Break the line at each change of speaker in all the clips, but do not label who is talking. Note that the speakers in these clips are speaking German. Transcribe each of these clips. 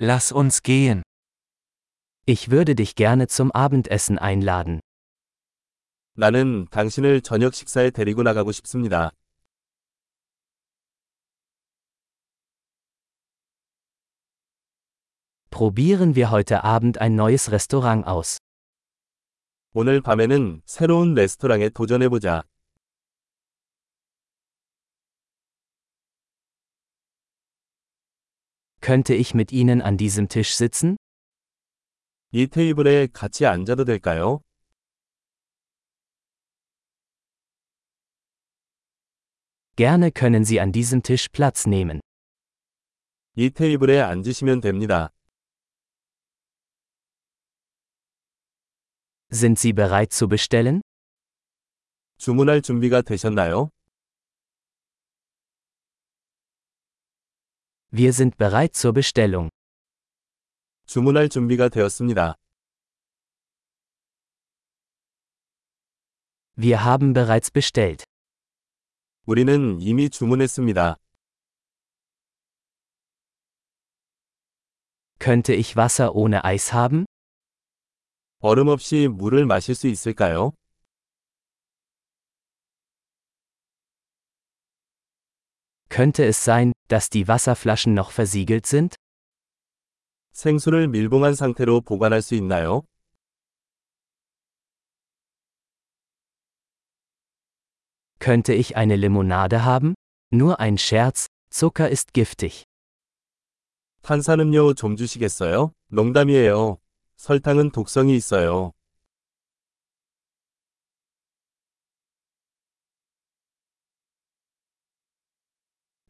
Lass uns gehen.
Ich würde dich gerne zum Abendessen einladen.
나는 당신을 저녁 식사에 데리고 나가고 싶습니다.
Probieren wir heute Abend ein neues Restaurant aus.
오늘 밤에는 새로운 레스토랑에 도전해보자.
Könnte ich mit Ihnen an diesem Tisch sitzen?
이 테이블에 같이 앉아도 될까요?
Gerne können Sie an diesem Tisch Platz nehmen.
이 테이블에 앉으시면 됩니다.
Sind Sie bereit zu bestellen?
주문할 준비가 되셨나요?
Wir sind bereit zur Bestellung.
주문할 준비가 되었습니다.
Wir haben bereits bestellt.
우리는 이미 주문했습니다.
Könnte ich Wasser ohne Eis haben?
얼음 없이 물을 마실 수 있을까요?
Könnte es sein, dass die Wasserflaschen noch versiegelt sind?
생수를 밀봉한 상태로 보관할 수 있나요?
Könnte ich eine Limonade haben? Nur ein Scherz, Zucker ist giftig.
탄산음료 좀 주시겠어요? 농담이에요. 설탕은 독성이 있어요.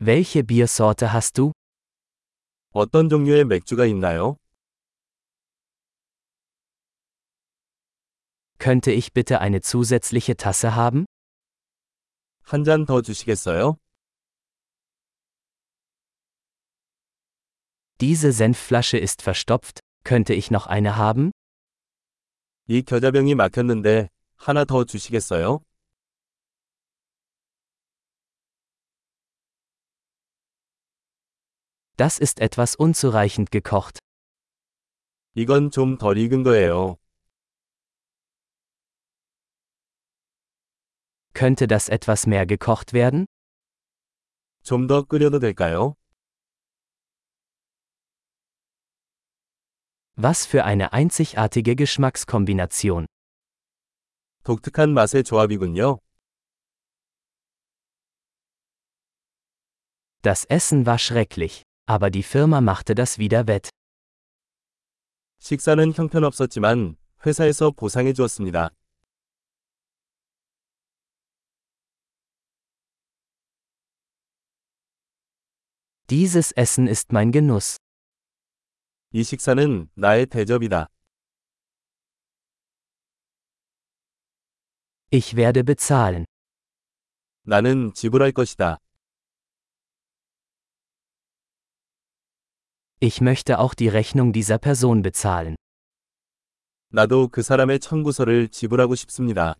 Welche Biersorte hast du?
어떤 종류의 맥주가 있나요?
Könnte ich bitte eine zusätzliche Tasse haben?
한 잔 더 주시겠어요?
Diese Senfflasche ist verstopft, könnte ich noch eine haben?
이 겨자병이 막혔는데 하나 더 주시겠어요?
Das ist etwas unzureichend gekocht.
이건 좀 덜 익은 거예요.
Könnte das etwas mehr gekocht werden?
좀 더 끓여도 될까요?
Was für eine einzigartige Geschmackskombination.
독특한 맛의 조합이군요.
Das Essen war schrecklich, aber die Firma machte das wieder wett.
식사는 형편없었지만 회사에서 보상해 주었습니다.
Dieses Essen ist mein Genuss.
이 식사는 나의 대접이다.
Ich werde bezahlen.
나는 지불할 것이다.
Ich möchte auch die Rechnung dieser Person bezahlen.
나도 그 사람의 청구서를 지불하고 싶습니다.